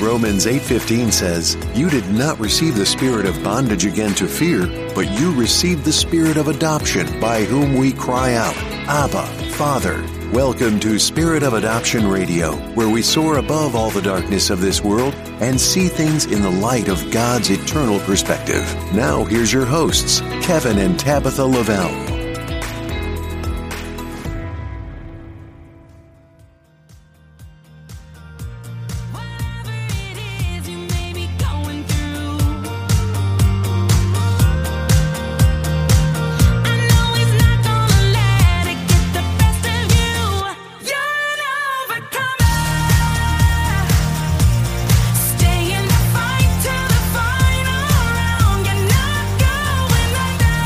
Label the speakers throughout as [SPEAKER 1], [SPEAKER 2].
[SPEAKER 1] Romans 8:15 says, "You did not receive the spirit of bondage again to fear, but you received the spirit of adoption, by whom we cry out, Abba, Father." Welcome to Spirit of Adoption Radio, where we soar above all the darkness of this world and see things in the light of God's eternal perspective. Now, here's your hosts, Kevin and Tabitha Lavelle.
[SPEAKER 2] Whatever it is you may be going through, I know it's not gonna let it get the best of you. You're an overcomer. Stay in the fight till the final round. You're not going under.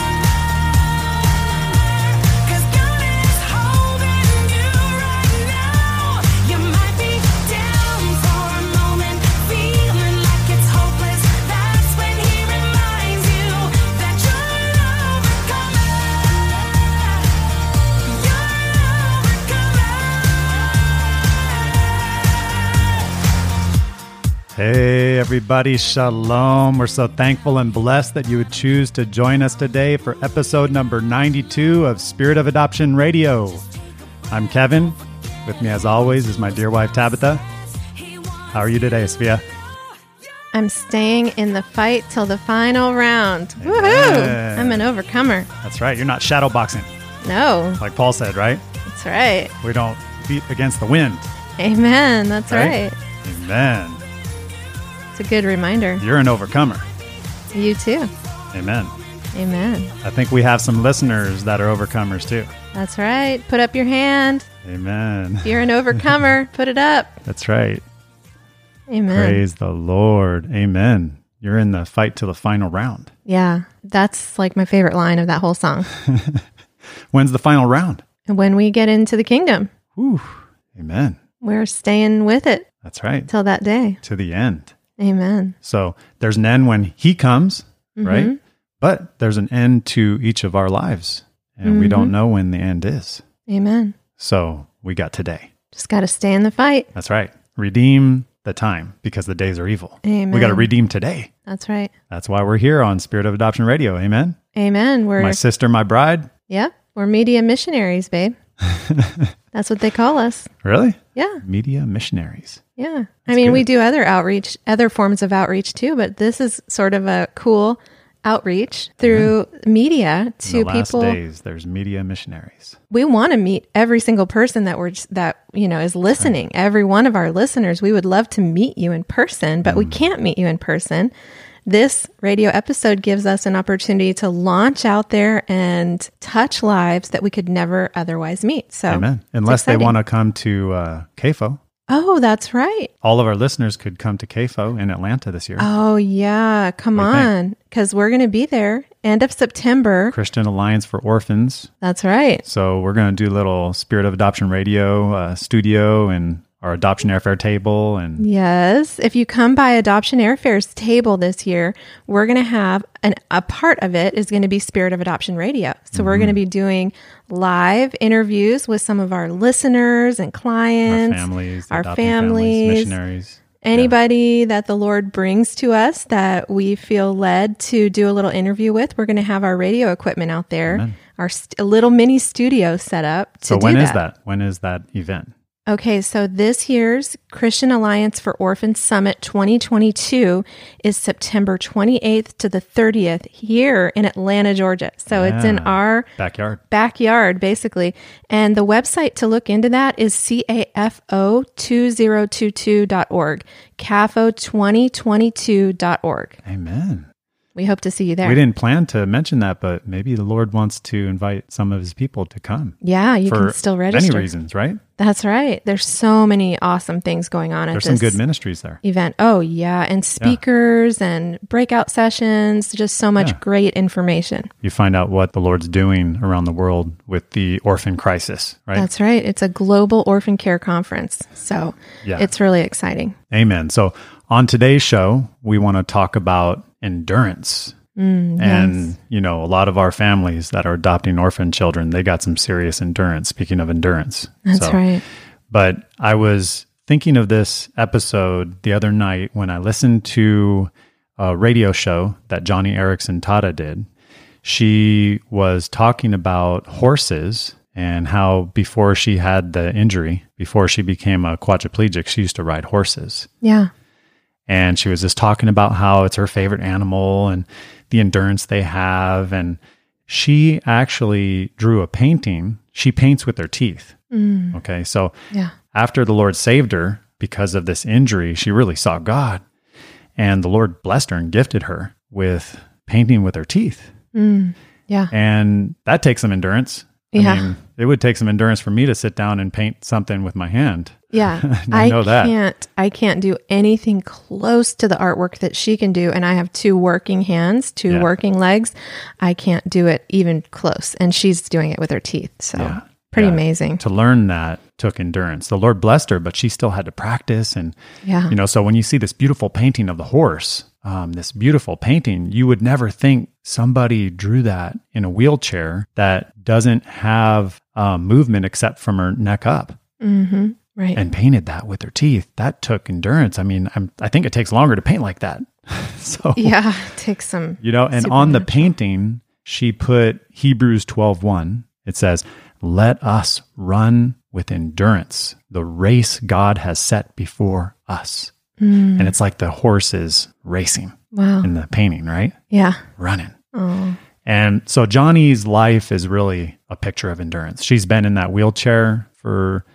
[SPEAKER 2] 'Cause God is holding you right now. You might be down for a moment, feeling like it's hopeless. That's when He reminds you that you're an overcomer. You're an overcomer.
[SPEAKER 3] Hey, everybody, shalom. We're so thankful and blessed that you would choose to join us today for episode number 92 of Spirit of Adoption Radio. I'm Kevin. With me, as always, is my dear wife, Tabitha. How are you today, Sophia?
[SPEAKER 4] I'm staying in the fight till the final round.
[SPEAKER 3] Amen.
[SPEAKER 4] Woohoo! I'm an overcomer.
[SPEAKER 3] That's right. You're not shadow boxing,
[SPEAKER 4] No,
[SPEAKER 3] like Paul said, right?
[SPEAKER 4] that's right.
[SPEAKER 3] We don't beat against the wind.
[SPEAKER 4] Amen. That's
[SPEAKER 3] Right.
[SPEAKER 4] right.
[SPEAKER 3] Amen.
[SPEAKER 4] It's a good reminder.
[SPEAKER 3] You're an overcomer.
[SPEAKER 4] You too.
[SPEAKER 3] Amen.
[SPEAKER 4] Amen.
[SPEAKER 3] I think we have some listeners that are overcomers too.
[SPEAKER 4] That's right. Put up your hand.
[SPEAKER 3] Amen.
[SPEAKER 4] If you're an overcomer, put it up.
[SPEAKER 3] That's right.
[SPEAKER 4] Amen.
[SPEAKER 3] Praise the Lord. Amen. You're in the fight to the final round.
[SPEAKER 4] Yeah, that's like my favorite line of that whole song.
[SPEAKER 3] When's the final round?
[SPEAKER 4] And when we get into the kingdom,
[SPEAKER 3] Whew. Amen.
[SPEAKER 4] we're staying with it
[SPEAKER 3] That's right.
[SPEAKER 4] till that day.
[SPEAKER 3] To the end.
[SPEAKER 4] Amen.
[SPEAKER 3] So there's an end when he comes,
[SPEAKER 4] Mm-hmm.
[SPEAKER 3] right? But there's an end to each of our lives. And we
[SPEAKER 4] Mm-hmm.
[SPEAKER 3] don't know when the end is.
[SPEAKER 4] Amen.
[SPEAKER 3] So we got today.
[SPEAKER 4] Just got to stay in the fight.
[SPEAKER 3] That's right. Redeem the time because the days are evil. We
[SPEAKER 4] Amen.
[SPEAKER 3] got to redeem today.
[SPEAKER 4] That's right.
[SPEAKER 3] That's why we're here on Spirit of Adoption Radio. Amen.
[SPEAKER 4] Amen. We're
[SPEAKER 3] My sister, my bride.
[SPEAKER 4] Yeah, we're media missionaries, babe. That's what they call us.
[SPEAKER 3] Really?
[SPEAKER 4] Yeah,
[SPEAKER 3] Media missionaries.
[SPEAKER 4] yeah. I mean, we
[SPEAKER 3] good.
[SPEAKER 4] do other outreach, other forms of outreach too, but this is sort of a cool outreach through media
[SPEAKER 3] In
[SPEAKER 4] to
[SPEAKER 3] the last
[SPEAKER 4] people.
[SPEAKER 3] days, there's media missionaries.
[SPEAKER 4] We want to meet every single person that we're just- that you know is listening. Every one of our listeners, we would love to meet you in person, but
[SPEAKER 3] Mm.
[SPEAKER 4] we can't meet you in person. This radio episode gives us an opportunity to launch out there and touch lives that we could never otherwise meet. So,
[SPEAKER 3] Amen.
[SPEAKER 4] it's
[SPEAKER 3] Unless they
[SPEAKER 4] Oh, exciting.
[SPEAKER 3] want to come to uh, CAFO.
[SPEAKER 4] Oh, that's right.
[SPEAKER 3] All of our listeners could come to CAFO in Atlanta this year.
[SPEAKER 4] Oh, yeah. Come
[SPEAKER 3] What do you
[SPEAKER 4] on. Because we're going to be there end of September.
[SPEAKER 3] Christian Alliance for Orphans.
[SPEAKER 4] That's right.
[SPEAKER 3] So we're going to do little Spirit of Adoption Radio uh, studio and our adoption airfare table. And
[SPEAKER 4] Yes. If you come by Adoption Airfare's table this year, we're going to have an, a part of it is going to be Spirit of Adoption Radio. So we're
[SPEAKER 3] Mm-hmm.
[SPEAKER 4] going to be doing live interviews with some of our listeners and
[SPEAKER 3] our
[SPEAKER 4] clients,
[SPEAKER 3] families, the
[SPEAKER 4] our
[SPEAKER 3] adopting families,
[SPEAKER 4] families,
[SPEAKER 3] missionaries.
[SPEAKER 4] Anybody that the Lord brings to us that we feel led to do a little interview with, we're going to have our radio equipment out there, our st- a little mini studio set up. To
[SPEAKER 3] So
[SPEAKER 4] do
[SPEAKER 3] when
[SPEAKER 4] that.
[SPEAKER 3] is that? When is that event?
[SPEAKER 4] Okay, so this year's Christian Alliance for Orphans Summit 2022 is September 28th to the 30th here in Atlanta, Georgia. So it's in
[SPEAKER 3] Yeah.
[SPEAKER 4] our
[SPEAKER 3] Backyard.
[SPEAKER 4] backyard basically and the website to look into that is cafo2022.org cafo2022.org
[SPEAKER 3] Amen.
[SPEAKER 4] we hope to see you there
[SPEAKER 3] We didn't plan to mention that, but maybe the Lord wants to invite some of his people to come.
[SPEAKER 4] yeah you
[SPEAKER 3] for
[SPEAKER 4] can still
[SPEAKER 3] Many
[SPEAKER 4] register
[SPEAKER 3] reasons, right?
[SPEAKER 4] that's right there's so many awesome things going on
[SPEAKER 3] There's
[SPEAKER 4] at
[SPEAKER 3] some
[SPEAKER 4] this
[SPEAKER 3] good ministries there.
[SPEAKER 4] event oh yeah and speakers and breakout sessions just so much
[SPEAKER 3] Yeah.
[SPEAKER 4] great information
[SPEAKER 3] you find out what the Lord's doing around the world with the orphan crisis, right?
[SPEAKER 4] that's right it's a global orphan care conference so
[SPEAKER 3] Yeah.
[SPEAKER 4] it's really exciting
[SPEAKER 3] Amen. So, on today's show, we want to talk about endurance.
[SPEAKER 4] Mm,
[SPEAKER 3] and, you know, a lot of our families that are adopting orphan children, they got some serious endurance. Speaking of endurance,
[SPEAKER 4] that's
[SPEAKER 3] So-
[SPEAKER 4] right
[SPEAKER 3] But I was thinking of this episode the other night when I listened to a radio show that Johnny Erickson Tata did. She was talking about horses and how before she had the injury, before she became a quadriplegic, she used to ride horses
[SPEAKER 4] Yeah.
[SPEAKER 3] and she was just talking about how it's her favorite animal and the endurance they have and she actually drew a painting she paints with her teeth okay so
[SPEAKER 4] Yeah.
[SPEAKER 3] after the lord saved her because of this injury she really saw god and the lord blessed her and gifted her with painting with her teeth
[SPEAKER 4] Yeah.
[SPEAKER 3] and that takes some endurance
[SPEAKER 4] Yeah.
[SPEAKER 3] I mean, it would take some endurance for me to sit down and paint something with my hand
[SPEAKER 4] Yeah.
[SPEAKER 3] I know that.
[SPEAKER 4] can't I can't do anything close to the artwork that she can do and I have two working hands, two
[SPEAKER 3] Yeah.
[SPEAKER 4] working legs. I can't do it even close and she's doing it with her teeth. So
[SPEAKER 3] Yeah.
[SPEAKER 4] pretty
[SPEAKER 3] Yeah.
[SPEAKER 4] amazing.
[SPEAKER 3] to learn that took endurance. The Lord blessed her, but she still had to practice. And,
[SPEAKER 4] Yeah.
[SPEAKER 3] you know, so when you see this beautiful painting of the horse, um, this beautiful painting, you would never think somebody drew that in a wheelchair that doesn't have um, movement except from her neck up
[SPEAKER 4] Mm-hmm. right.
[SPEAKER 3] and painted that with her teeth. That took endurance. I mean, I'm, I think it takes longer to paint like that. so,
[SPEAKER 4] yeah, take some
[SPEAKER 3] you know, and on the painting, she put Hebrews 12:1. It says, "Let us run with endurance the race God has set before us." And it's like the horse is racing
[SPEAKER 4] Wow.
[SPEAKER 3] in the painting, right?
[SPEAKER 4] Yeah. Oh,
[SPEAKER 3] Running. And so Johnny's life is really a picture of endurance. She's been in that wheelchair for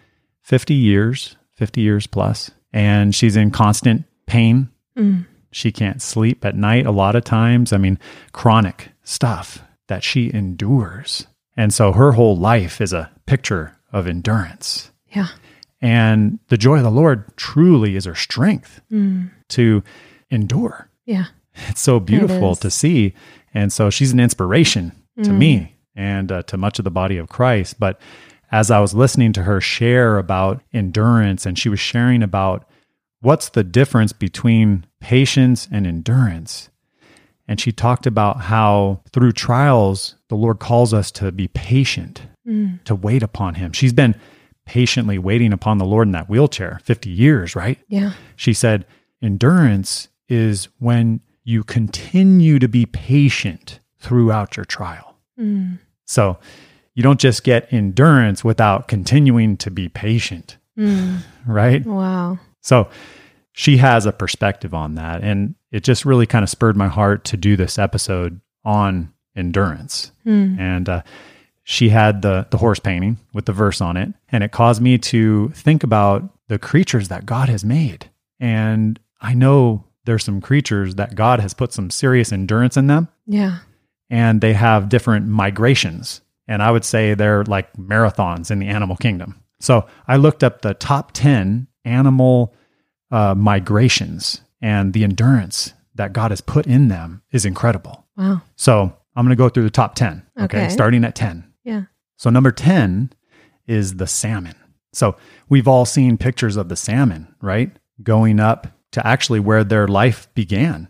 [SPEAKER 3] 50 years, 50 years plus, and she's in constant pain. She can't sleep at night a lot of times. I mean, chronic stuff that she endures. And so her whole life is a picture of endurance.
[SPEAKER 4] Yeah.
[SPEAKER 3] And the joy of the Lord truly is her strength to endure
[SPEAKER 4] Yeah.
[SPEAKER 3] it's so beautiful
[SPEAKER 4] is.
[SPEAKER 3] to see. And so she's an inspiration to me and uh, to much of the body of Christ. But as I was listening to her share about endurance, and she was sharing about what's the difference between patience and endurance. And she talked about how through trials, the Lord calls us to be patient, to wait upon Him. She's been patiently waiting upon the Lord in that wheelchair 50 years, right?
[SPEAKER 4] Yeah.
[SPEAKER 3] She said, Endurance is when you continue to be patient throughout your trial. So you don't just get endurance without continuing to be patient, right?
[SPEAKER 4] Wow.
[SPEAKER 3] So she has a perspective on that. And it just really kind of spurred my heart to do this episode on endurance. And uh, she had the, the horse painting with the verse on it. And it caused me to think about the creatures that God has made. And I know there's some creatures that God has put some serious endurance in them
[SPEAKER 4] Yeah.
[SPEAKER 3] and they have different migrations. And I would say they're like marathons in the animal kingdom. So I looked up the top 10 animal uh, migrations, and the endurance that God has put in them is incredible.
[SPEAKER 4] Wow.
[SPEAKER 3] So I'm going to go through the top 10, okay?
[SPEAKER 4] Okay.
[SPEAKER 3] Starting at 10.
[SPEAKER 4] Yeah.
[SPEAKER 3] So number 10 is the salmon. So we've all seen pictures of the salmon, right? Going up to actually where their life began,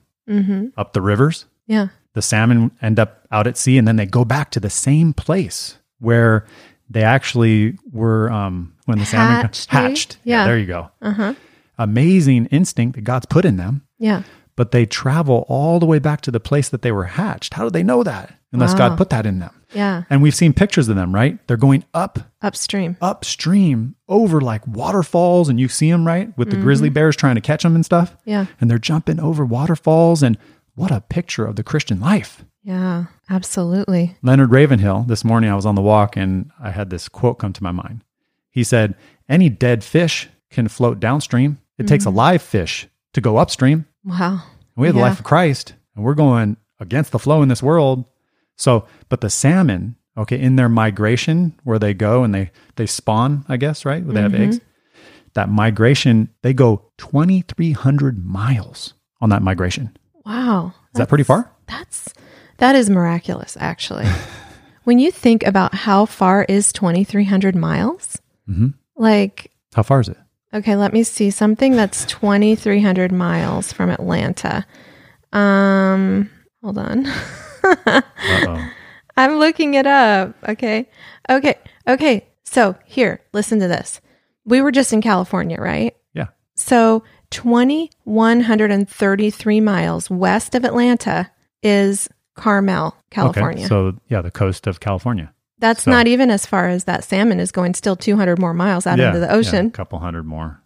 [SPEAKER 3] up the rivers
[SPEAKER 4] Yeah.
[SPEAKER 3] the salmon end up out at sea and then they go back to the same place where they actually were um, when the salmon
[SPEAKER 4] Hatched, maybe?
[SPEAKER 3] hatched.
[SPEAKER 4] Yeah.
[SPEAKER 3] there you go.
[SPEAKER 4] Uh-huh.
[SPEAKER 3] Amazing instinct that God's put in them,
[SPEAKER 4] Yeah.
[SPEAKER 3] but they travel all the way back to the place that they were hatched. How do they know that unless
[SPEAKER 4] Wow.
[SPEAKER 3] God put that in them?
[SPEAKER 4] Yeah.
[SPEAKER 3] And we've seen pictures of them, right? They're going up,
[SPEAKER 4] Upstream.
[SPEAKER 3] upstream, over like waterfalls, and you see them, right? With the
[SPEAKER 4] Mm-hmm.
[SPEAKER 3] grizzly bears trying to catch them and stuff.
[SPEAKER 4] Yeah.
[SPEAKER 3] And they're jumping over waterfalls. And what a picture of the Christian life.
[SPEAKER 4] Yeah. Absolutely.
[SPEAKER 3] Leonard Ravenhill, this morning I was on the walk and I had this quote come to my mind. He said, Any dead fish can float downstream. It takes
[SPEAKER 4] Mm-hmm.
[SPEAKER 3] a live fish to go upstream.
[SPEAKER 4] Wow.
[SPEAKER 3] And we have
[SPEAKER 4] Yeah.
[SPEAKER 3] the life of Christ and we're going against the flow in this world. So, but the salmon, okay, in their migration where they go and they, they spawn, I guess, right? Where they have eggs,
[SPEAKER 4] Mm-hmm.
[SPEAKER 3] that migration, they go 2,300 miles on that migration. Is
[SPEAKER 4] Wow.
[SPEAKER 3] that pretty far?
[SPEAKER 4] That's that is miraculous actually. when you think about how far is 2300 miles? Like
[SPEAKER 3] How far is it?
[SPEAKER 4] okay, let me see something that's 2300 miles from Atlanta. Um hold on.
[SPEAKER 3] Uh oh.
[SPEAKER 4] I'm looking it up. Okay. Okay. Okay. So, here, listen to this. We were just in California, right? So, 2,133 miles west of Atlanta is Carmel, California.
[SPEAKER 3] Okay, so yeah, the coast of California.
[SPEAKER 4] That's
[SPEAKER 3] so-
[SPEAKER 4] not even as far as that salmon is going, still 200 more miles out
[SPEAKER 3] yeah,
[SPEAKER 4] into the
[SPEAKER 3] yeah,
[SPEAKER 4] ocean.
[SPEAKER 3] a couple hundred more.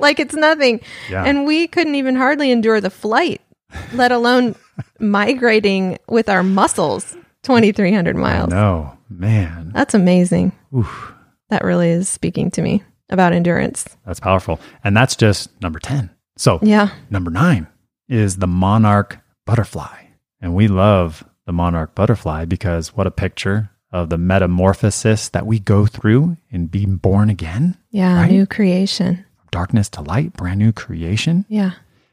[SPEAKER 4] Like it's nothing.
[SPEAKER 3] Yeah.
[SPEAKER 4] And we couldn't even hardly endure the flight, let alone migrating with our muscles 2,300 miles.
[SPEAKER 3] No, man,
[SPEAKER 4] That's amazing.
[SPEAKER 3] Oof.
[SPEAKER 4] That really is speaking to me about endurance.
[SPEAKER 3] that's powerful. And that's just number 10. So
[SPEAKER 4] Yeah.
[SPEAKER 3] Number nine is the monarch butterfly. And we love the monarch butterfly because what a picture of the metamorphosis that we go through in being born again,
[SPEAKER 4] Yeah.
[SPEAKER 3] Right?
[SPEAKER 4] New creation.
[SPEAKER 3] darkness to light, brand new creation.
[SPEAKER 4] Yeah.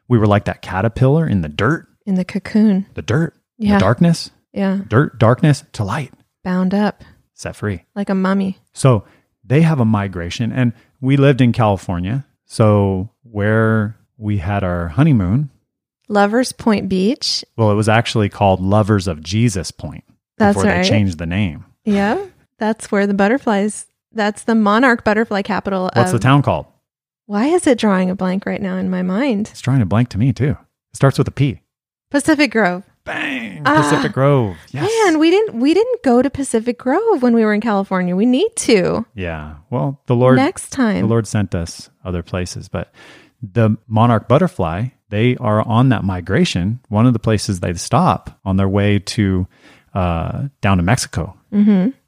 [SPEAKER 3] We were like that caterpillar in the dirt,
[SPEAKER 4] In the cocoon.
[SPEAKER 3] the dirt,
[SPEAKER 4] Yeah.
[SPEAKER 3] the darkness,
[SPEAKER 4] Yeah.
[SPEAKER 3] dirt, darkness to light,
[SPEAKER 4] Bound up
[SPEAKER 3] set free.
[SPEAKER 4] like a mummy.
[SPEAKER 3] So they have a migration, and we lived in California. So where we had our honeymoon,
[SPEAKER 4] Lovers Point Beach.
[SPEAKER 3] Well, it was actually called Lovers of Jesus Point
[SPEAKER 4] That's
[SPEAKER 3] before
[SPEAKER 4] right.
[SPEAKER 3] they changed the name.
[SPEAKER 4] Yeah. That's where the butterflies, that's the monarch butterfly capital
[SPEAKER 3] What's
[SPEAKER 4] of.
[SPEAKER 3] the town called?
[SPEAKER 4] why is it drawing a blank right now in my mind?
[SPEAKER 3] It's drawing a blank to me too. It starts with a P.
[SPEAKER 4] Pacific Grove.
[SPEAKER 3] Bang!
[SPEAKER 4] Ah.
[SPEAKER 3] Pacific Grove. Yes.
[SPEAKER 4] Man, we didn't we didn't go to Pacific Grove when we were in California. We need to
[SPEAKER 3] yeah. Well, the Lord
[SPEAKER 4] next time.
[SPEAKER 3] the Lord sent us other places, but the monarch butterfly, they are on that migration. One of the places they stop on their way to uh, down to Mexico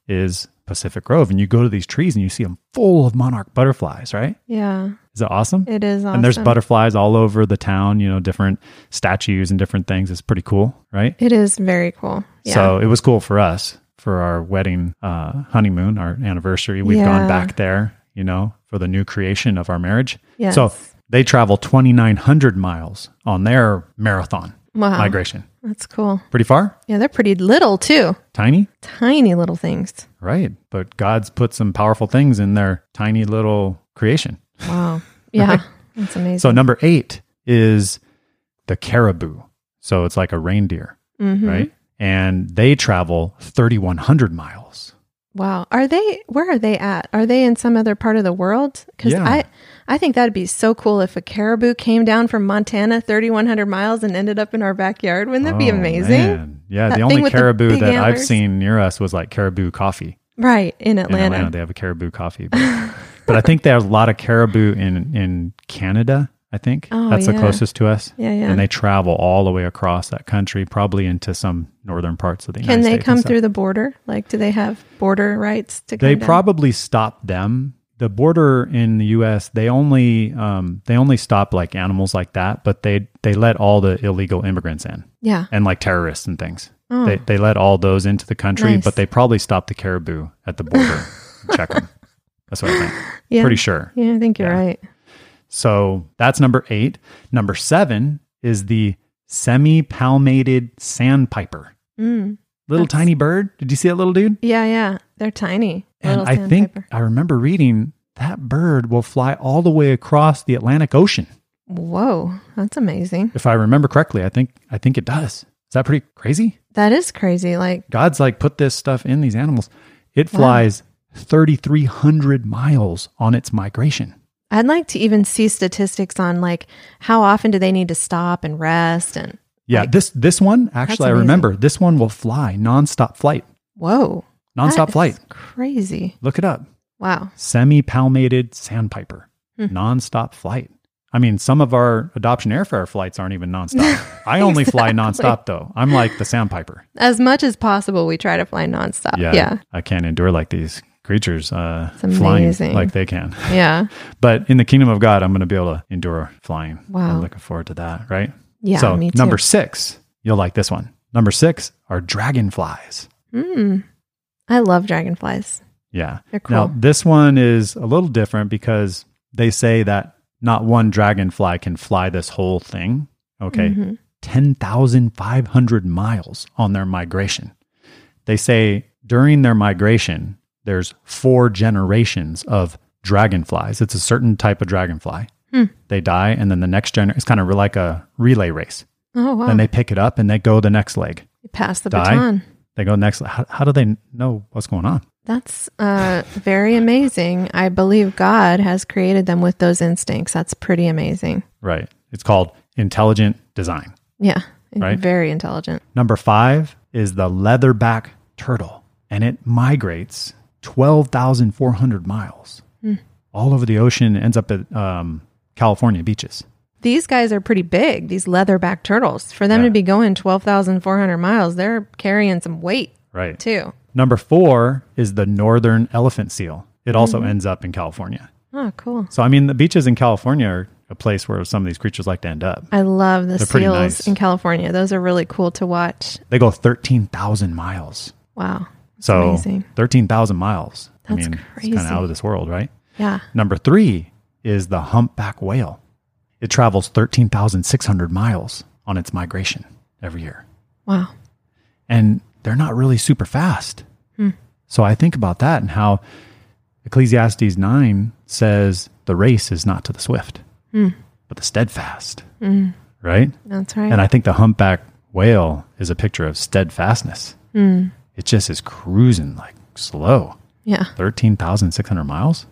[SPEAKER 3] is Pacific Grove, and you go to these trees and you see them full of monarch butterflies. Right?
[SPEAKER 4] Yeah,
[SPEAKER 3] Is it awesome?
[SPEAKER 4] it is awesome.
[SPEAKER 3] and there's butterflies all over the town you know different statues and different things it's pretty cool right
[SPEAKER 4] It is very cool. Yeah.
[SPEAKER 3] so it was cool for us for our wedding uh, honeymoon our anniversary we've
[SPEAKER 4] Yeah.
[SPEAKER 3] gone back there you know for the new creation of our marriage
[SPEAKER 4] Yes.
[SPEAKER 3] so they travel 2900 miles on their marathon
[SPEAKER 4] wow,
[SPEAKER 3] migration
[SPEAKER 4] that's cool.
[SPEAKER 3] pretty far
[SPEAKER 4] Yeah, they're pretty little too.
[SPEAKER 3] tiny
[SPEAKER 4] Tiny little things.
[SPEAKER 3] right but god's put some powerful things in their tiny little creation
[SPEAKER 4] Wow. Yeah, that's amazing.
[SPEAKER 3] So number eight is the caribou. So it's like a reindeer,
[SPEAKER 4] Mm-hmm.
[SPEAKER 3] right? And they travel 3,100 miles.
[SPEAKER 4] wow. Are they? Where are they at? Are they in some other part of the world? Because
[SPEAKER 3] Yeah.
[SPEAKER 4] I, I think that'd be so cool if a caribou came down from Montana, thirty one hundred miles, and ended up in our backyard. Wouldn't that be
[SPEAKER 3] Oh,
[SPEAKER 4] amazing?
[SPEAKER 3] man. Yeah.
[SPEAKER 4] That
[SPEAKER 3] the
[SPEAKER 4] thing
[SPEAKER 3] only
[SPEAKER 4] with the
[SPEAKER 3] caribou
[SPEAKER 4] big
[SPEAKER 3] that I've
[SPEAKER 4] antlers.
[SPEAKER 3] seen near us was like caribou coffee
[SPEAKER 4] Right in
[SPEAKER 3] in
[SPEAKER 4] Atlanta.
[SPEAKER 3] Atlanta. They have a caribou coffee. But, but I think there's a lot of caribou in, in Canada. I think
[SPEAKER 4] Oh,
[SPEAKER 3] that's
[SPEAKER 4] yeah.
[SPEAKER 3] the closest to us.
[SPEAKER 4] Yeah, yeah.
[SPEAKER 3] And they travel all the way across that country, probably into some northern parts of the
[SPEAKER 4] Can
[SPEAKER 3] United
[SPEAKER 4] they
[SPEAKER 3] States.
[SPEAKER 4] come
[SPEAKER 3] and stuff.
[SPEAKER 4] through the border? Like, do they have border rights to come
[SPEAKER 3] they
[SPEAKER 4] down?
[SPEAKER 3] probably stop them the border in the us they only um, they only stop like animals like that but they they let all the illegal immigrants in
[SPEAKER 4] yeah.
[SPEAKER 3] and like terrorists and things
[SPEAKER 4] Oh.
[SPEAKER 3] they, they let all those into the country
[SPEAKER 4] Nice.
[SPEAKER 3] but they probably stop the caribou at the border and check them that's what i think
[SPEAKER 4] Yeah.
[SPEAKER 3] pretty sure
[SPEAKER 4] Yeah, I think you're
[SPEAKER 3] Yeah.
[SPEAKER 4] right.
[SPEAKER 3] so that's number eight number seven is the semi-palmated sandpiper
[SPEAKER 4] Mm.
[SPEAKER 3] little
[SPEAKER 4] That's-
[SPEAKER 3] tiny bird did you see that little dude
[SPEAKER 4] Yeah, yeah. They're tiny.
[SPEAKER 3] And
[SPEAKER 4] little
[SPEAKER 3] I think
[SPEAKER 4] sandpiper.
[SPEAKER 3] I remember reading that bird will fly all the way across the Atlantic Ocean.
[SPEAKER 4] Whoa, that's amazing.
[SPEAKER 3] If I remember correctly, I think I think it does. Is that pretty crazy?
[SPEAKER 4] That is crazy. Like,
[SPEAKER 3] God's like put this stuff in these animals. It flies 3300 miles on its migration.
[SPEAKER 4] I'd like to even see statistics on like how often do they need to stop and rest and
[SPEAKER 3] Yeah,
[SPEAKER 4] Like-
[SPEAKER 3] this this one actually I
[SPEAKER 4] amazing.
[SPEAKER 3] remember. This one will fly nonstop flight.
[SPEAKER 4] whoa,
[SPEAKER 3] Nonstop
[SPEAKER 4] That is
[SPEAKER 3] flight.
[SPEAKER 4] Crazy.
[SPEAKER 3] Look it up.
[SPEAKER 4] Wow.
[SPEAKER 3] Semi-palmated sandpiper.
[SPEAKER 4] Hmm.
[SPEAKER 3] Nonstop flight. I mean, some of our adoption airfare flights aren't even nonstop. I only fly nonstop though. I'm like the sandpiper.
[SPEAKER 4] As much as possible, we try to fly nonstop.
[SPEAKER 3] yeah,
[SPEAKER 4] Uh, Yeah.
[SPEAKER 3] I can't endure like these creatures uh,
[SPEAKER 4] It's
[SPEAKER 3] flying
[SPEAKER 4] amazing.
[SPEAKER 3] like they can.
[SPEAKER 4] Yeah.
[SPEAKER 3] But in the kingdom of God, I'm going to be able to endure flying.
[SPEAKER 4] Wow.
[SPEAKER 3] I'm looking forward to that, right?
[SPEAKER 4] Yeah,
[SPEAKER 3] So,
[SPEAKER 4] me too.
[SPEAKER 3] number six, you'll like this one. Number six are dragonflies.
[SPEAKER 4] Mm. I love dragonflies.
[SPEAKER 3] Yeah.
[SPEAKER 4] They're
[SPEAKER 3] Now,
[SPEAKER 4] cool.
[SPEAKER 3] this one is a little different because they say that not one dragonfly can fly this whole thing. Okay.
[SPEAKER 4] Mm-hmm.
[SPEAKER 3] 10,500 miles on their migration. They say during their migration, there's four generations of dragonflies. It's a certain type of dragonfly.
[SPEAKER 4] Hmm.
[SPEAKER 3] They die, and then the next generation, it's kind of like a relay race.
[SPEAKER 4] Oh wow.
[SPEAKER 3] Then they pick it up and they go the next leg.
[SPEAKER 4] Pass the
[SPEAKER 3] die.
[SPEAKER 4] baton.
[SPEAKER 3] They go next. How, how do they know what's going on?
[SPEAKER 4] That's uh, very amazing. I believe God has created them with those instincts. That's pretty amazing.
[SPEAKER 3] Right. It's called intelligent design.
[SPEAKER 4] Yeah.
[SPEAKER 3] Right.
[SPEAKER 4] Very intelligent.
[SPEAKER 3] Number five is the leatherback turtle, and it migrates 12,400 miles
[SPEAKER 4] Hmm.
[SPEAKER 3] all over the ocean, ends up at um, California beaches.
[SPEAKER 4] These guys are pretty big, these leatherback turtles. For them
[SPEAKER 3] Yeah.
[SPEAKER 4] to be going 12,400 miles, they're carrying some weight
[SPEAKER 3] Right.
[SPEAKER 4] too.
[SPEAKER 3] Number four is the northern elephant seal. It also
[SPEAKER 4] Mm-hmm.
[SPEAKER 3] ends up in California.
[SPEAKER 4] Oh, cool.
[SPEAKER 3] So, I mean, the beaches in California are a place where some of these creatures like to end up.
[SPEAKER 4] I love the
[SPEAKER 3] They're pretty
[SPEAKER 4] seals
[SPEAKER 3] nice.
[SPEAKER 4] in California. Those are really cool to watch.
[SPEAKER 3] They go 13,000 miles.
[SPEAKER 4] Wow. That's
[SPEAKER 3] So,
[SPEAKER 4] amazing.
[SPEAKER 3] 13,000 miles. I
[SPEAKER 4] That's
[SPEAKER 3] mean, it's kind
[SPEAKER 4] crazy.
[SPEAKER 3] of out of this world, right?
[SPEAKER 4] Yeah.
[SPEAKER 3] Number three is the humpback whale. It travels 13,600 miles on its migration every year.
[SPEAKER 4] Wow.
[SPEAKER 3] And they're not really super fast. So I think about that and how Ecclesiastes 9 says the race is not to the swift, but the steadfast, right?
[SPEAKER 4] That's right.
[SPEAKER 3] And I think the humpback whale is a picture of steadfastness. It just is cruising like slow.
[SPEAKER 4] yeah.
[SPEAKER 3] 13,600 miles.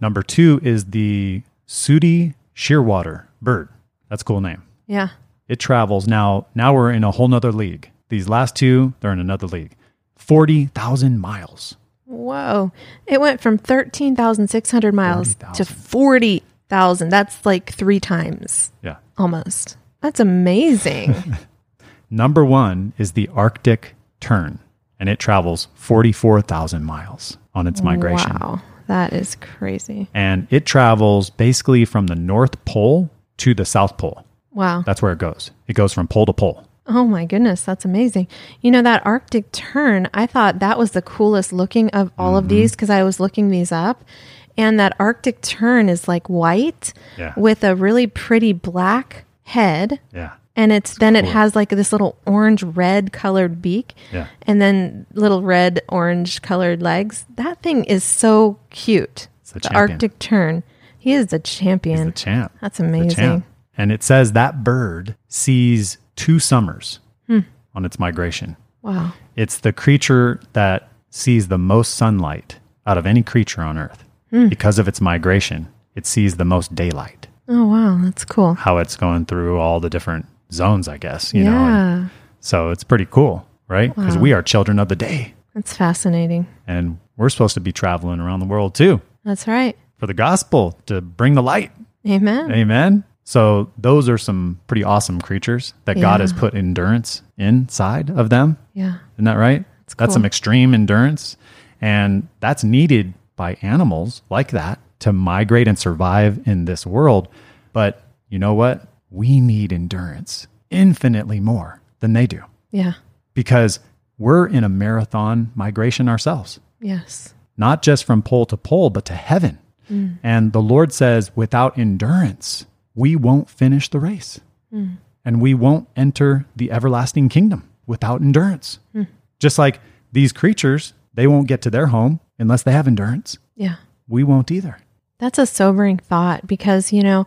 [SPEAKER 3] Number two is the Sooty Shearwater bird. That's a cool name.
[SPEAKER 4] Yeah.
[SPEAKER 3] It travels now. Now we're in a whole nother league. These last two, they're in another league. 40,000 miles.
[SPEAKER 4] Whoa. It went from 13,600 miles to 40,000. That's like three times
[SPEAKER 3] Yeah.
[SPEAKER 4] almost. That's amazing.
[SPEAKER 3] Number one is the Arctic tern, and it travels 44,000 miles on its migration.
[SPEAKER 4] Wow. That is crazy.
[SPEAKER 3] And it travels basically from the North Pole to the South Pole.
[SPEAKER 4] Wow.
[SPEAKER 3] That's where it goes. It goes from pole to pole.
[SPEAKER 4] Oh my goodness, that's amazing. You know that Arctic tern, I thought that was the coolest looking of all
[SPEAKER 3] Mm-hmm.
[SPEAKER 4] of these cuz I was looking these up and that Arctic tern is like white
[SPEAKER 3] Yeah.
[SPEAKER 4] with a really pretty black head
[SPEAKER 3] Yeah.
[SPEAKER 4] and it's then it has like this little orange red colored beak
[SPEAKER 3] Yeah.
[SPEAKER 4] and then little red orange colored legs. That thing is so cute.
[SPEAKER 3] It's the
[SPEAKER 4] the
[SPEAKER 3] champion.
[SPEAKER 4] Arctic tern. He is the champion.
[SPEAKER 3] He's the champ.
[SPEAKER 4] That's
[SPEAKER 3] The
[SPEAKER 4] amazing.
[SPEAKER 3] champ. And it says that bird sees two summers
[SPEAKER 4] Hmm.
[SPEAKER 3] on its migration.
[SPEAKER 4] Wow.
[SPEAKER 3] It's the creature that sees the most sunlight out of any creature on earth
[SPEAKER 4] Hmm.
[SPEAKER 3] because of its migration. It sees the most daylight,
[SPEAKER 4] Oh wow, that's cool.
[SPEAKER 3] how it's going through all the different zones, I guess, you know. and
[SPEAKER 4] yeah.
[SPEAKER 3] so it's pretty cool, right? Because we are children of the day
[SPEAKER 4] That's fascinating.
[SPEAKER 3] and we're supposed to be traveling around the world too
[SPEAKER 4] That's right.
[SPEAKER 3] for the gospel to bring the light.
[SPEAKER 4] Amen.
[SPEAKER 3] Amen. So those are some pretty awesome creatures that God
[SPEAKER 4] Yeah.
[SPEAKER 3] has put endurance inside of them.
[SPEAKER 4] Yeah.
[SPEAKER 3] Isn't that right? That's,
[SPEAKER 4] cool.
[SPEAKER 3] some extreme endurance. And that's needed by animals like that to migrate and survive in this world. But you know what? We need endurance infinitely more than they do
[SPEAKER 4] Yeah.
[SPEAKER 3] because we're in a marathon migration ourselves
[SPEAKER 4] Yes.
[SPEAKER 3] not just from pole to pole, but to heaven.
[SPEAKER 4] Mm.
[SPEAKER 3] And the Lord says, without endurance, we won't finish the race
[SPEAKER 4] Mm.
[SPEAKER 3] and we won't enter the everlasting kingdom without endurance.
[SPEAKER 4] Mm.
[SPEAKER 3] Just like these creatures, they won't get to their home unless they have endurance.
[SPEAKER 4] Yeah.
[SPEAKER 3] We won't either.
[SPEAKER 4] That's a sobering thought because, you know,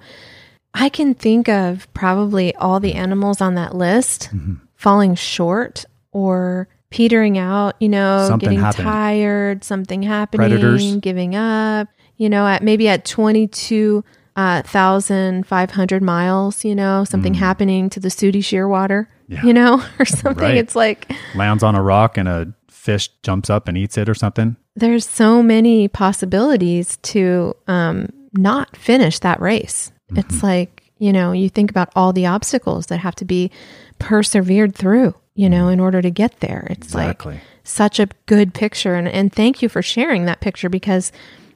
[SPEAKER 4] I can think of probably all the animals on that list
[SPEAKER 3] Mm-hmm.
[SPEAKER 4] falling short or petering out, you know,
[SPEAKER 3] Something
[SPEAKER 4] getting
[SPEAKER 3] happening.
[SPEAKER 4] tired, something happening,
[SPEAKER 3] Predators.
[SPEAKER 4] giving up, you know, at maybe at 22 uh, thousand five hundred miles, you know, something happening to the Sooty
[SPEAKER 3] Mm.
[SPEAKER 4] Shearwater,
[SPEAKER 3] Yeah.
[SPEAKER 4] you know, or something.
[SPEAKER 3] Right.
[SPEAKER 4] It's like
[SPEAKER 3] Lands on a rock and a fish jumps up and eats it or something.
[SPEAKER 4] there's so many possibilities to um, not finish that race.
[SPEAKER 3] Mm-hmm.
[SPEAKER 4] It's like, you know, you think about all the obstacles that have to be persevered through, you know, in order to get there. It's
[SPEAKER 3] Exactly.
[SPEAKER 4] like such a good picture. And, and thank you for sharing that picture because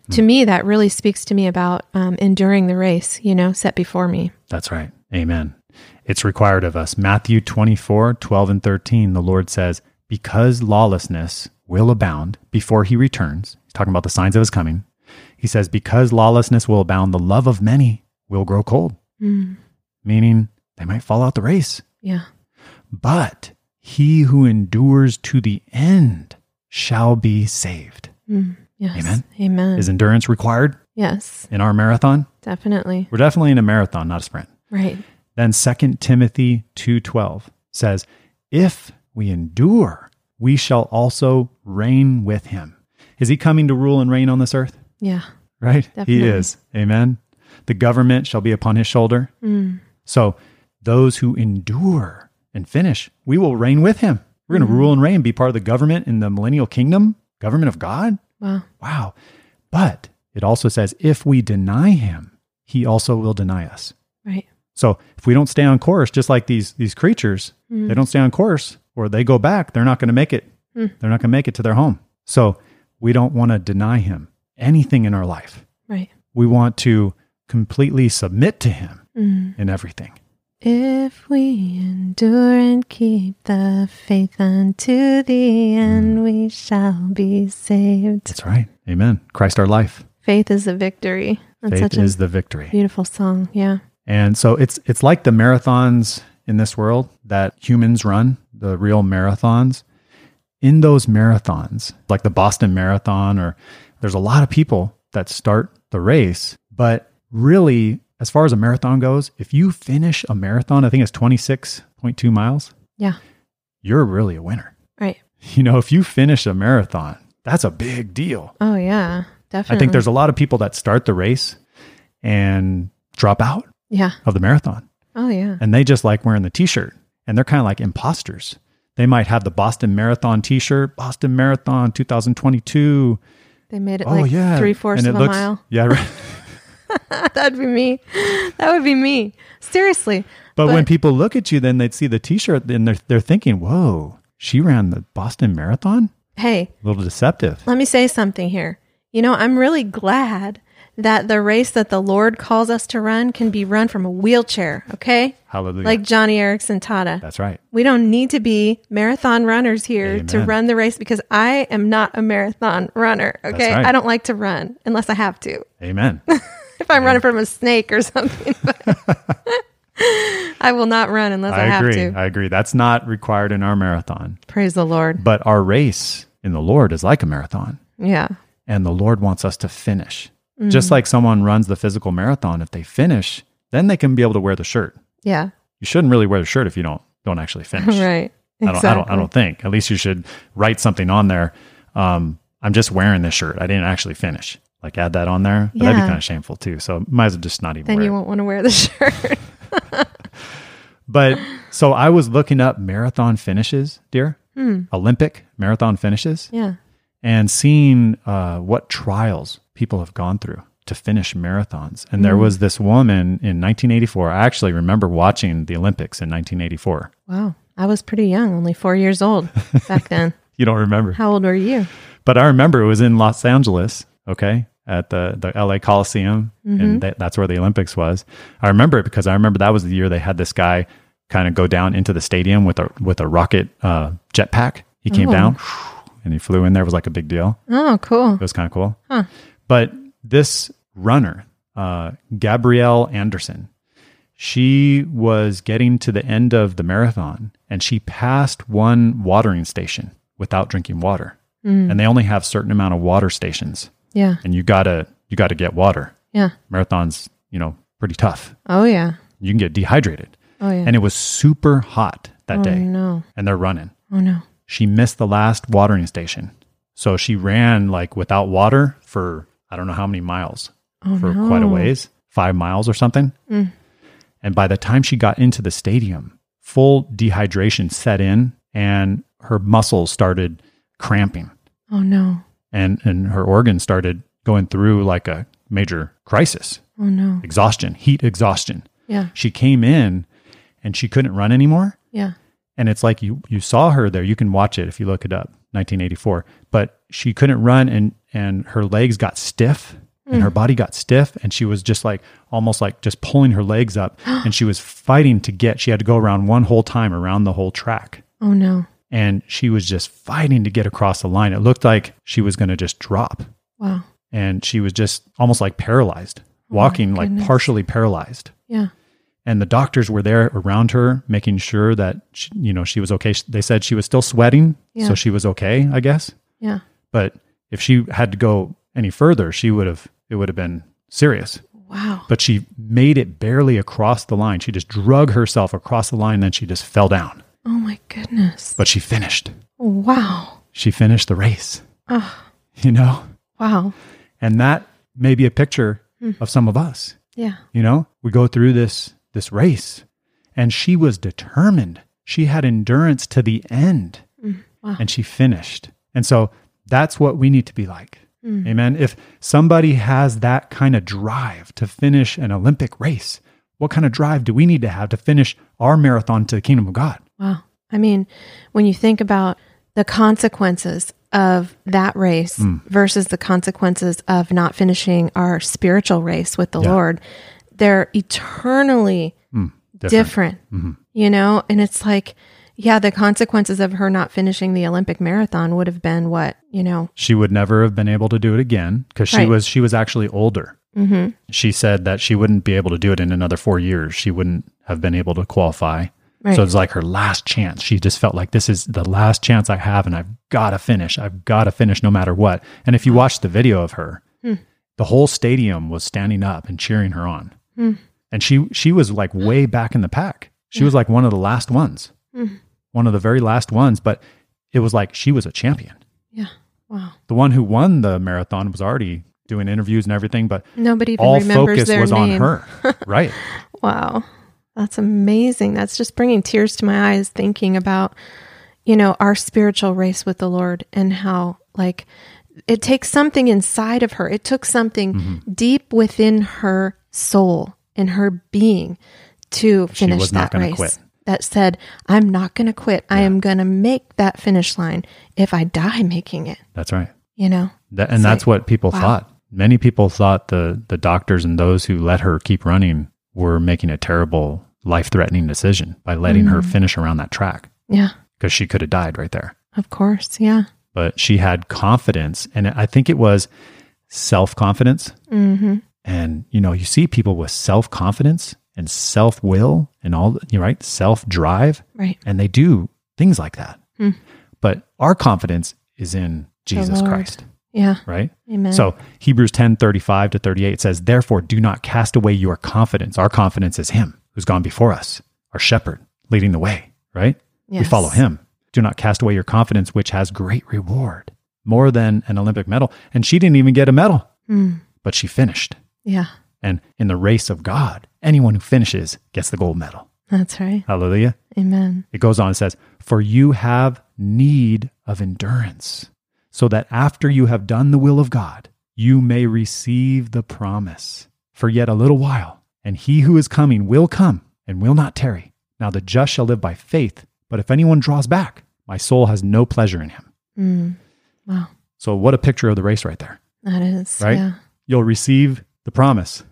[SPEAKER 3] Mm.
[SPEAKER 4] to me, that really speaks to me about um, enduring the race, you know, set before me.
[SPEAKER 3] That's right. Amen. It's required of us. Matthew 24, 12, and 13, the Lord says, Because lawlessness will abound before he returns, he's talking about the signs of his coming. He says, Because lawlessness will abound, the love of many will grow cold, meaning they might fall out the race.
[SPEAKER 4] Yeah.
[SPEAKER 3] But he who endures to the end shall be saved.
[SPEAKER 4] Mm. Yes.
[SPEAKER 3] Amen.
[SPEAKER 4] Amen.
[SPEAKER 3] Is endurance required
[SPEAKER 4] yes,
[SPEAKER 3] in our marathon?
[SPEAKER 4] definitely.
[SPEAKER 3] We're definitely in a marathon, not a sprint.
[SPEAKER 4] Right.
[SPEAKER 3] Then 2 Timothy 2:12 says, "If we endure, we shall also reign with him." Is he coming to rule and reign on this earth?
[SPEAKER 4] Yeah.
[SPEAKER 3] right? He
[SPEAKER 4] Definitely.
[SPEAKER 3] is. Amen. The government shall be upon his shoulder. So those who endure and finish, we will reign with him. We're going to rule and reign, be part of the government in the millennial kingdom, government of God.
[SPEAKER 4] Wow.
[SPEAKER 3] Wow. But it also says if we deny him, he also will deny us.
[SPEAKER 4] Right.
[SPEAKER 3] So if we don't stay on course, just like these these creatures,
[SPEAKER 4] Mm-hmm.
[SPEAKER 3] they don't stay on course or they go back, they're not going to make it.
[SPEAKER 4] Hmm.
[SPEAKER 3] They're not going to make it to their home. So we don't want to deny him anything in our life
[SPEAKER 4] Right.
[SPEAKER 3] we want to completely submit to him
[SPEAKER 4] Mm-hmm.
[SPEAKER 3] in everything.
[SPEAKER 4] If we endure and keep the faith unto the end, we shall be saved.
[SPEAKER 3] That's right. Amen. Christ our life.
[SPEAKER 4] Faith is a victory. That's
[SPEAKER 3] Faith
[SPEAKER 4] such a
[SPEAKER 3] is the victory.
[SPEAKER 4] beautiful song. Yeah.
[SPEAKER 3] And so it's it's like the marathons in this world that humans run, the real marathons. In those marathons, like the Boston Marathon or there's a lot of people that start the race, but really as far as a marathon goes, if you finish a marathon, I think it's 26.2 miles,
[SPEAKER 4] Yeah.
[SPEAKER 3] you're really a winner.
[SPEAKER 4] Right.
[SPEAKER 3] You know, if you finish a marathon, that's a big deal.
[SPEAKER 4] Oh, yeah. Definitely.
[SPEAKER 3] I think there's a lot of people that start the race and drop out
[SPEAKER 4] Yeah.
[SPEAKER 3] of the marathon
[SPEAKER 4] Oh, yeah.
[SPEAKER 3] and they just like wearing the t shirt and they're kind of like imposters. They might have the Boston Marathon t shirt, Boston Marathon 2022.
[SPEAKER 4] They made it
[SPEAKER 3] oh,
[SPEAKER 4] like
[SPEAKER 3] yeah.
[SPEAKER 4] three fourths
[SPEAKER 3] And
[SPEAKER 4] of
[SPEAKER 3] it
[SPEAKER 4] a
[SPEAKER 3] looks-
[SPEAKER 4] mile.
[SPEAKER 3] Yeah. Right.
[SPEAKER 4] That'd be me. That would be me. Seriously.
[SPEAKER 3] But, when people look at you, then they'd see the t shirt and they're, they're thinking, whoa, she ran the Boston Marathon?
[SPEAKER 4] hey,
[SPEAKER 3] A little deceptive.
[SPEAKER 4] let me say something here. You know, I'm really glad that the race that the Lord calls us to run can be run from a wheelchair, okay?
[SPEAKER 3] Hallelujah.
[SPEAKER 4] Like Johnny Erickson Tata.
[SPEAKER 3] That's right.
[SPEAKER 4] We don't need to be marathon runners here to
[SPEAKER 3] Amen.
[SPEAKER 4] run the race because I am not a marathon runner, okay?
[SPEAKER 3] right.
[SPEAKER 4] I don't like to run unless I have to.
[SPEAKER 3] Amen.
[SPEAKER 4] If I'm running from a snake or something, I will not run unless I,
[SPEAKER 3] I
[SPEAKER 4] have
[SPEAKER 3] agree.
[SPEAKER 4] to.
[SPEAKER 3] I agree. That's not required in our marathon.
[SPEAKER 4] Praise the Lord.
[SPEAKER 3] But our race in the Lord is like a marathon,
[SPEAKER 4] Yeah.
[SPEAKER 3] and the Lord wants us to finish.
[SPEAKER 4] Mm.
[SPEAKER 3] Just like someone runs the physical marathon, if they finish, then they can be able to wear the shirt.
[SPEAKER 4] Yeah.
[SPEAKER 3] You shouldn't really wear the shirt if you don't don't actually finish.
[SPEAKER 4] Right.
[SPEAKER 3] I don't, I don't. I don't think. At least you should write something on there. Um, I'm just wearing this shirt. I didn't actually finish. Like add that on there. But That'd be
[SPEAKER 4] Yeah.
[SPEAKER 3] kind of shameful too. So might as well just not even.
[SPEAKER 4] Then
[SPEAKER 3] wear
[SPEAKER 4] you
[SPEAKER 3] it.
[SPEAKER 4] won't want to wear the shirt.
[SPEAKER 3] But so I was looking up marathon finishes, dear.
[SPEAKER 4] Hmm.
[SPEAKER 3] Olympic marathon finishes.
[SPEAKER 4] yeah.
[SPEAKER 3] and seeing uh, what trials people have gone through to finish marathons. And
[SPEAKER 4] Mm.
[SPEAKER 3] there was this woman in 1984. I actually remember watching the Olympics in 1984.
[SPEAKER 4] Wow. I was pretty young, only four years old back then.
[SPEAKER 3] You don't remember,
[SPEAKER 4] How old were you?
[SPEAKER 3] but I remember it was in Los Angeles, okay, at the, the LA Coliseum.
[SPEAKER 4] Mm-hmm.
[SPEAKER 3] And that, that's where the Olympics was. I remember it because I remember that was the year they had this guy kind of go down into the stadium with a, with a rocket uh, jetpack. He came
[SPEAKER 4] Oh.
[SPEAKER 3] down and he flew in there. It was like a big deal.
[SPEAKER 4] Oh, cool.
[SPEAKER 3] It was kind of cool. But this runner, uh, Gabrielle Anderson, she was getting to the end of the marathon and she passed one watering station without drinking water.
[SPEAKER 4] Mm.
[SPEAKER 3] And they only have certain amount of water stations,
[SPEAKER 4] Yeah.
[SPEAKER 3] and you gotta you gotta get water.
[SPEAKER 4] Yeah.
[SPEAKER 3] Marathons, you know, pretty tough.
[SPEAKER 4] Oh, yeah.
[SPEAKER 3] You can get dehydrated,
[SPEAKER 4] Oh, yeah.
[SPEAKER 3] and it was super hot that
[SPEAKER 4] oh,
[SPEAKER 3] day.
[SPEAKER 4] no.
[SPEAKER 3] And they're running
[SPEAKER 4] Oh, no.
[SPEAKER 3] she missed the last watering station. So she ran like without water for I don't know how many miles
[SPEAKER 4] Oh,
[SPEAKER 3] for quite a ways, five miles or something. And by the time she got into the stadium, full dehydration set in and her muscles started cramping
[SPEAKER 4] Oh, no.
[SPEAKER 3] and, and her organs started going through like a major crisis
[SPEAKER 4] Oh, no.
[SPEAKER 3] exhaustion, heat exhaustion.
[SPEAKER 4] Yeah.
[SPEAKER 3] She came in and she couldn't run anymore
[SPEAKER 4] Yeah.
[SPEAKER 3] and it's like you you saw her there you can watch it if you look it up 1984 but she couldn't run and and her legs got stiff and her body got stiff and she was just like almost like just pulling her legs up and she was fighting to get she had to go around one whole time around the whole track
[SPEAKER 4] Oh, no.
[SPEAKER 3] and she was just fighting to get across the line it looked like she was going to just drop
[SPEAKER 4] Wow.
[SPEAKER 3] and she was just almost like paralyzed walking like partially paralyzed
[SPEAKER 4] Yeah.
[SPEAKER 3] and the doctors were there around her making sure that she, you know she was okay Sh- they said she was still sweating
[SPEAKER 4] Yeah.
[SPEAKER 3] so she was okay i guess
[SPEAKER 4] Yeah.
[SPEAKER 3] but if she had to go any further she would have it would have been serious
[SPEAKER 4] Wow.
[SPEAKER 3] but she made it barely across the line she just drug herself across the line then she just fell down
[SPEAKER 4] Oh, my goodness.
[SPEAKER 3] but she finished
[SPEAKER 4] Wow. Ah,
[SPEAKER 3] she finished the race you know?
[SPEAKER 4] Wow.
[SPEAKER 3] And that may be a picture of some of us.
[SPEAKER 4] Yeah.
[SPEAKER 3] You know, we go through this this race and she was determined. She had endurance to the end.
[SPEAKER 4] Mm, wow.
[SPEAKER 3] And she finished. And so that's what we need to be like.
[SPEAKER 4] Mm.
[SPEAKER 3] Amen. If somebody has that kind of drive to finish an Olympic race, what kind of drive do we need to have to finish our marathon to the kingdom of God?
[SPEAKER 4] Wow. I mean, when you think about the consequences of that race
[SPEAKER 3] Hmm.
[SPEAKER 4] versus the consequences of not finishing our spiritual race with the
[SPEAKER 3] Yeah.
[SPEAKER 4] Lord, they're eternally different,
[SPEAKER 3] Mm-hmm.
[SPEAKER 4] you know? And it's like, yeah, the consequences of her not finishing the Olympic marathon would have been what, you know?
[SPEAKER 3] she would never have been able to do it again because she
[SPEAKER 4] Right.
[SPEAKER 3] was she was actually older. Mm-hmm. She said that she wouldn't be able to do it in another four years. She wouldn't have been able to qualify.
[SPEAKER 4] Right.
[SPEAKER 3] So it was like her last chance. She just felt like this is the last chance I have, and I've got to finish. I've got to finish no matter what. And if you watch the video of her,
[SPEAKER 4] Hmm.
[SPEAKER 3] the whole stadium was standing up and cheering her on.
[SPEAKER 4] Hmm.
[SPEAKER 3] And she she was like way back in the pack. She was like one of the last ones,
[SPEAKER 4] Hmm.
[SPEAKER 3] one of the very last ones. But it was like she was a champion
[SPEAKER 4] Yeah. Wow.
[SPEAKER 3] the one who won the marathon was already doing interviews and everything, but
[SPEAKER 4] Nobody even
[SPEAKER 3] all
[SPEAKER 4] remembers
[SPEAKER 3] focus
[SPEAKER 4] their
[SPEAKER 3] was on
[SPEAKER 4] name.
[SPEAKER 3] her. right.
[SPEAKER 4] Wow. That's amazing. That's just bringing tears to my eyes thinking about, you know, our spiritual race with the Lord and how, like, it takes something inside of her. It took something
[SPEAKER 3] Mm-hmm.
[SPEAKER 4] deep within her soul, in her being, to finish
[SPEAKER 3] was not
[SPEAKER 4] that
[SPEAKER 3] gonna
[SPEAKER 4] race.
[SPEAKER 3] quit.
[SPEAKER 4] That said, I'm not going to quit. I am going to make that finish line if I die making it,
[SPEAKER 3] That's right.
[SPEAKER 4] you know?
[SPEAKER 3] That, and that's what people thought. Many people thought the the doctors and those who let her keep running were making a terrible, life threatening decision by letting her
[SPEAKER 4] Mm-hmm.
[SPEAKER 3] finish around that track
[SPEAKER 4] Yeah,
[SPEAKER 3] because she could have died right there.
[SPEAKER 4] of course. Yeah.
[SPEAKER 3] But she had confidence, and I think it was self confidence.
[SPEAKER 4] Mm-hmm.
[SPEAKER 3] And you know, you see people with self confidence and self will and all you right self drive.
[SPEAKER 4] Right.
[SPEAKER 3] and they do things like that.
[SPEAKER 4] Hmm.
[SPEAKER 3] But our confidence is in Jesus
[SPEAKER 4] Lord.
[SPEAKER 3] Christ,
[SPEAKER 4] Yeah.
[SPEAKER 3] right?
[SPEAKER 4] Amen.
[SPEAKER 3] So Hebrews 10 35 to 38 says, Therefore, do not cast away your confidence. Our confidence is Him who's gone before us, our shepherd leading the way, right? We
[SPEAKER 4] Yes.
[SPEAKER 3] follow Him. Do not cast away your confidence, which has great reward, more than an Olympic medal. And she didn't even get a medal,
[SPEAKER 4] Mm.
[SPEAKER 3] but she finished.
[SPEAKER 4] Yeah.
[SPEAKER 3] And in the race of God, anyone who finishes gets the gold medal.
[SPEAKER 4] That's right.
[SPEAKER 3] Hallelujah.
[SPEAKER 4] Amen.
[SPEAKER 3] It goes on and says, For you have need of endurance, so that after you have done the will of God, you may receive the promise. For yet a little while, and he who is coming will come and will not tarry. Now the just shall live by faith, but if anyone draws back, my soul has no pleasure in him.
[SPEAKER 4] Mm. Wow.
[SPEAKER 3] So, what a picture of the race right there,
[SPEAKER 4] That is.
[SPEAKER 3] right?
[SPEAKER 4] Yeah.
[SPEAKER 3] You'll receive the promise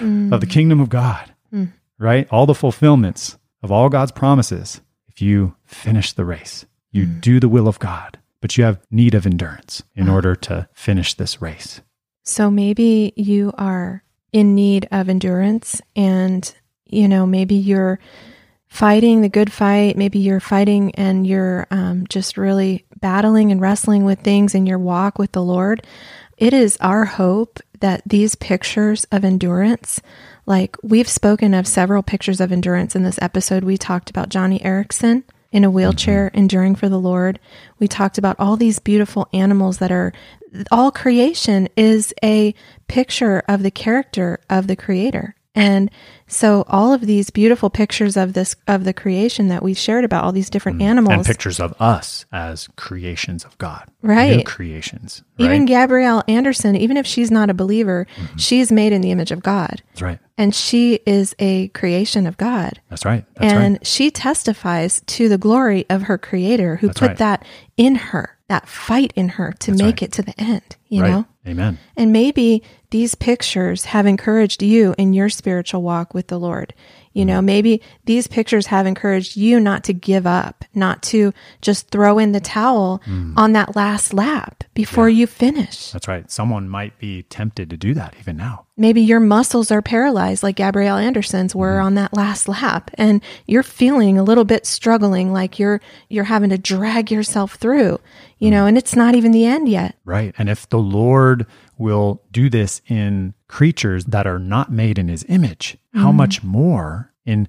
[SPEAKER 4] Mm.
[SPEAKER 3] of the kingdom of God,
[SPEAKER 4] Mm.
[SPEAKER 3] right? All the fulfillments of all God's promises. If you finish the race, you
[SPEAKER 4] Mm.
[SPEAKER 3] do the will of God, but you have need of endurance in order to finish this race.
[SPEAKER 4] So maybe you are in need of endurance and, you know, maybe you're fighting the good fight. Maybe you're fighting and you're um, just really battling and wrestling with things in your walk with the Lord. It is our hope that these pictures of endurance, like we've spoken of several pictures of endurance in this episode, we talked about Johnny Erickson in a wheelchair
[SPEAKER 3] Mm-hmm.
[SPEAKER 4] enduring for the Lord. We talked about all these beautiful animals that are all creation is a picture of the character of the creator. And so all of these beautiful pictures of this of the creation that we've shared about all these different animals
[SPEAKER 3] Mm-hmm. And pictures of us as creations of God, New
[SPEAKER 4] Right.
[SPEAKER 3] creations, right? Mm-hmm.
[SPEAKER 4] even Gabrielle Anderson, even if she's not a believer, she's made in the image of God.
[SPEAKER 3] That's right.
[SPEAKER 4] And she is a creation of God.
[SPEAKER 3] That's right. That's
[SPEAKER 4] and
[SPEAKER 3] right.
[SPEAKER 4] she testifies to the glory of her creator who
[SPEAKER 3] That's
[SPEAKER 4] put
[SPEAKER 3] right.
[SPEAKER 4] that in her, that fight in her to make
[SPEAKER 3] right.
[SPEAKER 4] it to the end, you
[SPEAKER 3] right.
[SPEAKER 4] know?
[SPEAKER 3] Amen.
[SPEAKER 4] And maybe these pictures have encouraged you in your spiritual walk with the Lord.
[SPEAKER 3] Mm-hmm.
[SPEAKER 4] You know, maybe these pictures have encouraged you not to give up, not to just throw in the towel
[SPEAKER 3] Mm.
[SPEAKER 4] on that last lap before you finish.
[SPEAKER 3] That's right. Someone might be tempted to do that even now.
[SPEAKER 4] Maybe your muscles are paralyzed like Gabrielle Anderson's were
[SPEAKER 3] Mm-hmm.
[SPEAKER 4] on that last lap and you're feeling a little bit struggling like you're you're having to drag yourself through,
[SPEAKER 3] Mm-hmm.
[SPEAKER 4] you know, and it's not even the end yet.
[SPEAKER 3] Right. And if the Lord will do this in creatures that are not made in his image,
[SPEAKER 4] Mm-hmm.
[SPEAKER 3] how much more in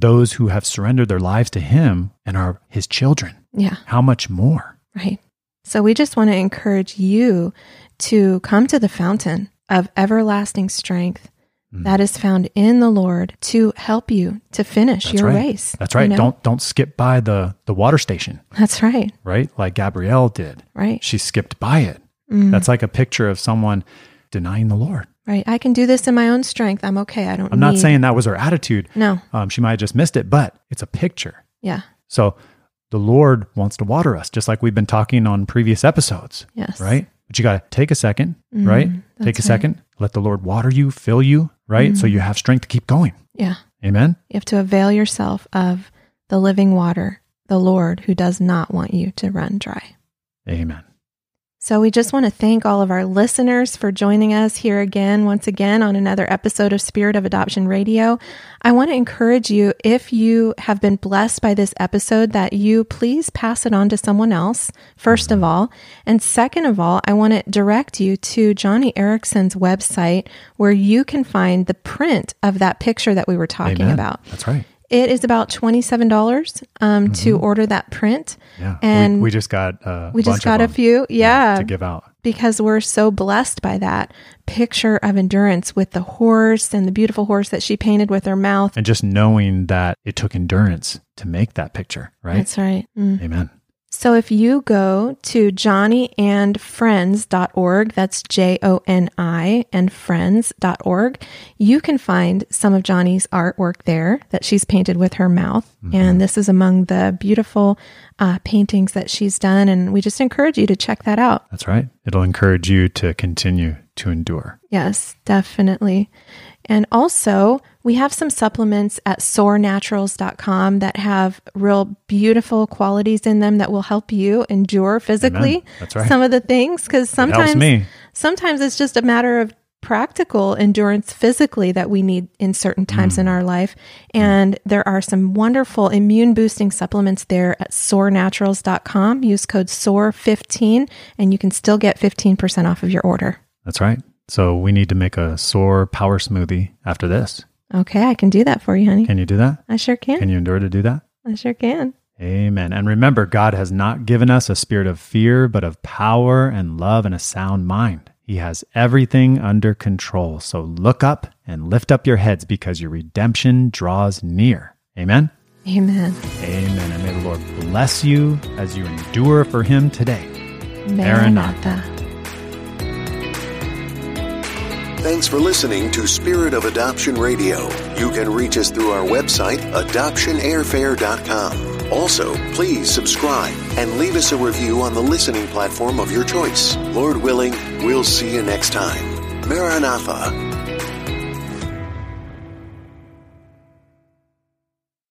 [SPEAKER 3] those who have surrendered their lives to him and are his children?
[SPEAKER 4] Yeah,
[SPEAKER 3] How much more?
[SPEAKER 4] right. So we just want to encourage you to come to the fountain of everlasting strength
[SPEAKER 3] Mm-hmm.
[SPEAKER 4] that is found in the Lord to help you to finish your
[SPEAKER 3] right.
[SPEAKER 4] race.
[SPEAKER 3] That's
[SPEAKER 4] you
[SPEAKER 3] right.
[SPEAKER 4] know?
[SPEAKER 3] Don't don't skip by the the water station,
[SPEAKER 4] That's right.
[SPEAKER 3] right? Like Gabrielle did.
[SPEAKER 4] Right. Mm.
[SPEAKER 3] She skipped by it. That's like a picture of someone denying the Lord.
[SPEAKER 4] Right. I can do this in my own strength. I'm okay. I don't
[SPEAKER 3] I'm not
[SPEAKER 4] need-
[SPEAKER 3] saying that was her attitude.
[SPEAKER 4] No.
[SPEAKER 3] Um, she might have just missed it, but it's a picture.
[SPEAKER 4] Yeah.
[SPEAKER 3] So the Lord wants to water us, just like we've been talking on previous episodes.
[SPEAKER 4] Yes. Mm,
[SPEAKER 3] Right? But you got to take a 2nd right? Take a second, let the Lord water you, fill you, right?
[SPEAKER 4] Mm.
[SPEAKER 3] So you have strength to keep going.
[SPEAKER 4] Yeah.
[SPEAKER 3] Amen.
[SPEAKER 4] You have to avail yourself of the living water, the Lord who does not want you to run dry.
[SPEAKER 3] Amen.
[SPEAKER 4] So we just want to thank all of our listeners for joining us here again, once again, on another episode of Spirit of Adoption Radio. I want to encourage you, if you have been blessed by this episode, that you please pass it on to someone else, first of all. And second of all, I want to direct you to Johnny Erickson's website where you can find the print of that picture that we were talking
[SPEAKER 3] Amen.
[SPEAKER 4] about.
[SPEAKER 3] That's right.
[SPEAKER 4] It is about twenty-seven dollars um, to order that print.
[SPEAKER 3] Mm-hmm. Yeah.
[SPEAKER 4] and
[SPEAKER 3] we,
[SPEAKER 4] we,
[SPEAKER 3] we just got uh, a
[SPEAKER 4] just
[SPEAKER 3] bunch
[SPEAKER 4] got a
[SPEAKER 3] of them,
[SPEAKER 4] few. Yeah,
[SPEAKER 3] to give out.
[SPEAKER 4] because we're so blessed by that picture of endurance with the horse and the beautiful horse that she painted with her mouth.
[SPEAKER 3] And just knowing that it took endurance to make that picture, right?
[SPEAKER 4] That's right. Mm.
[SPEAKER 3] Amen.
[SPEAKER 4] So if you go to johnnyandfriends.org, that's J O N I and friends.org, you can find some of Johnny's artwork there that she's painted with her mouth. And this is among the beautiful uh, paintings that she's done. And we just encourage you to check that out.
[SPEAKER 3] That's right. It'll encourage you to continue to endure.
[SPEAKER 4] Yes, definitely. And also, we have some supplements at soarnaturals.com that have real beautiful qualities in them that will help you endure physically
[SPEAKER 3] Amen. That's right.
[SPEAKER 4] some of the things because sometimes
[SPEAKER 3] me.
[SPEAKER 4] sometimes it's just a matter of practical endurance physically that we need in certain times
[SPEAKER 3] Mm.
[SPEAKER 4] in our life and there are some wonderful immune boosting supplements there at soarnaturals.com use code soar15 and you can still get 15% off of your order
[SPEAKER 3] That's right. So we need to make a sore power smoothie after this.
[SPEAKER 4] Okay, I can do that for you, honey.
[SPEAKER 3] Can you do that?
[SPEAKER 4] I sure can.
[SPEAKER 3] Can you endure to do that?
[SPEAKER 4] I sure can.
[SPEAKER 3] Amen. And remember, God has not given us a spirit of fear, but of power and love and a sound mind. He has everything under control. So look up and lift up your heads because your redemption draws near. Amen.
[SPEAKER 4] Amen.
[SPEAKER 3] Amen. And may the Lord bless you as you endure for Him today.
[SPEAKER 4] Maranatha.
[SPEAKER 1] Thanks for listening to Spirit of Adoption Radio. You can reach us through our website, adoptionairfare.com. Also, please subscribe and leave us a review on the listening platform of your choice. Lord willing, we'll see you next time. Maranatha.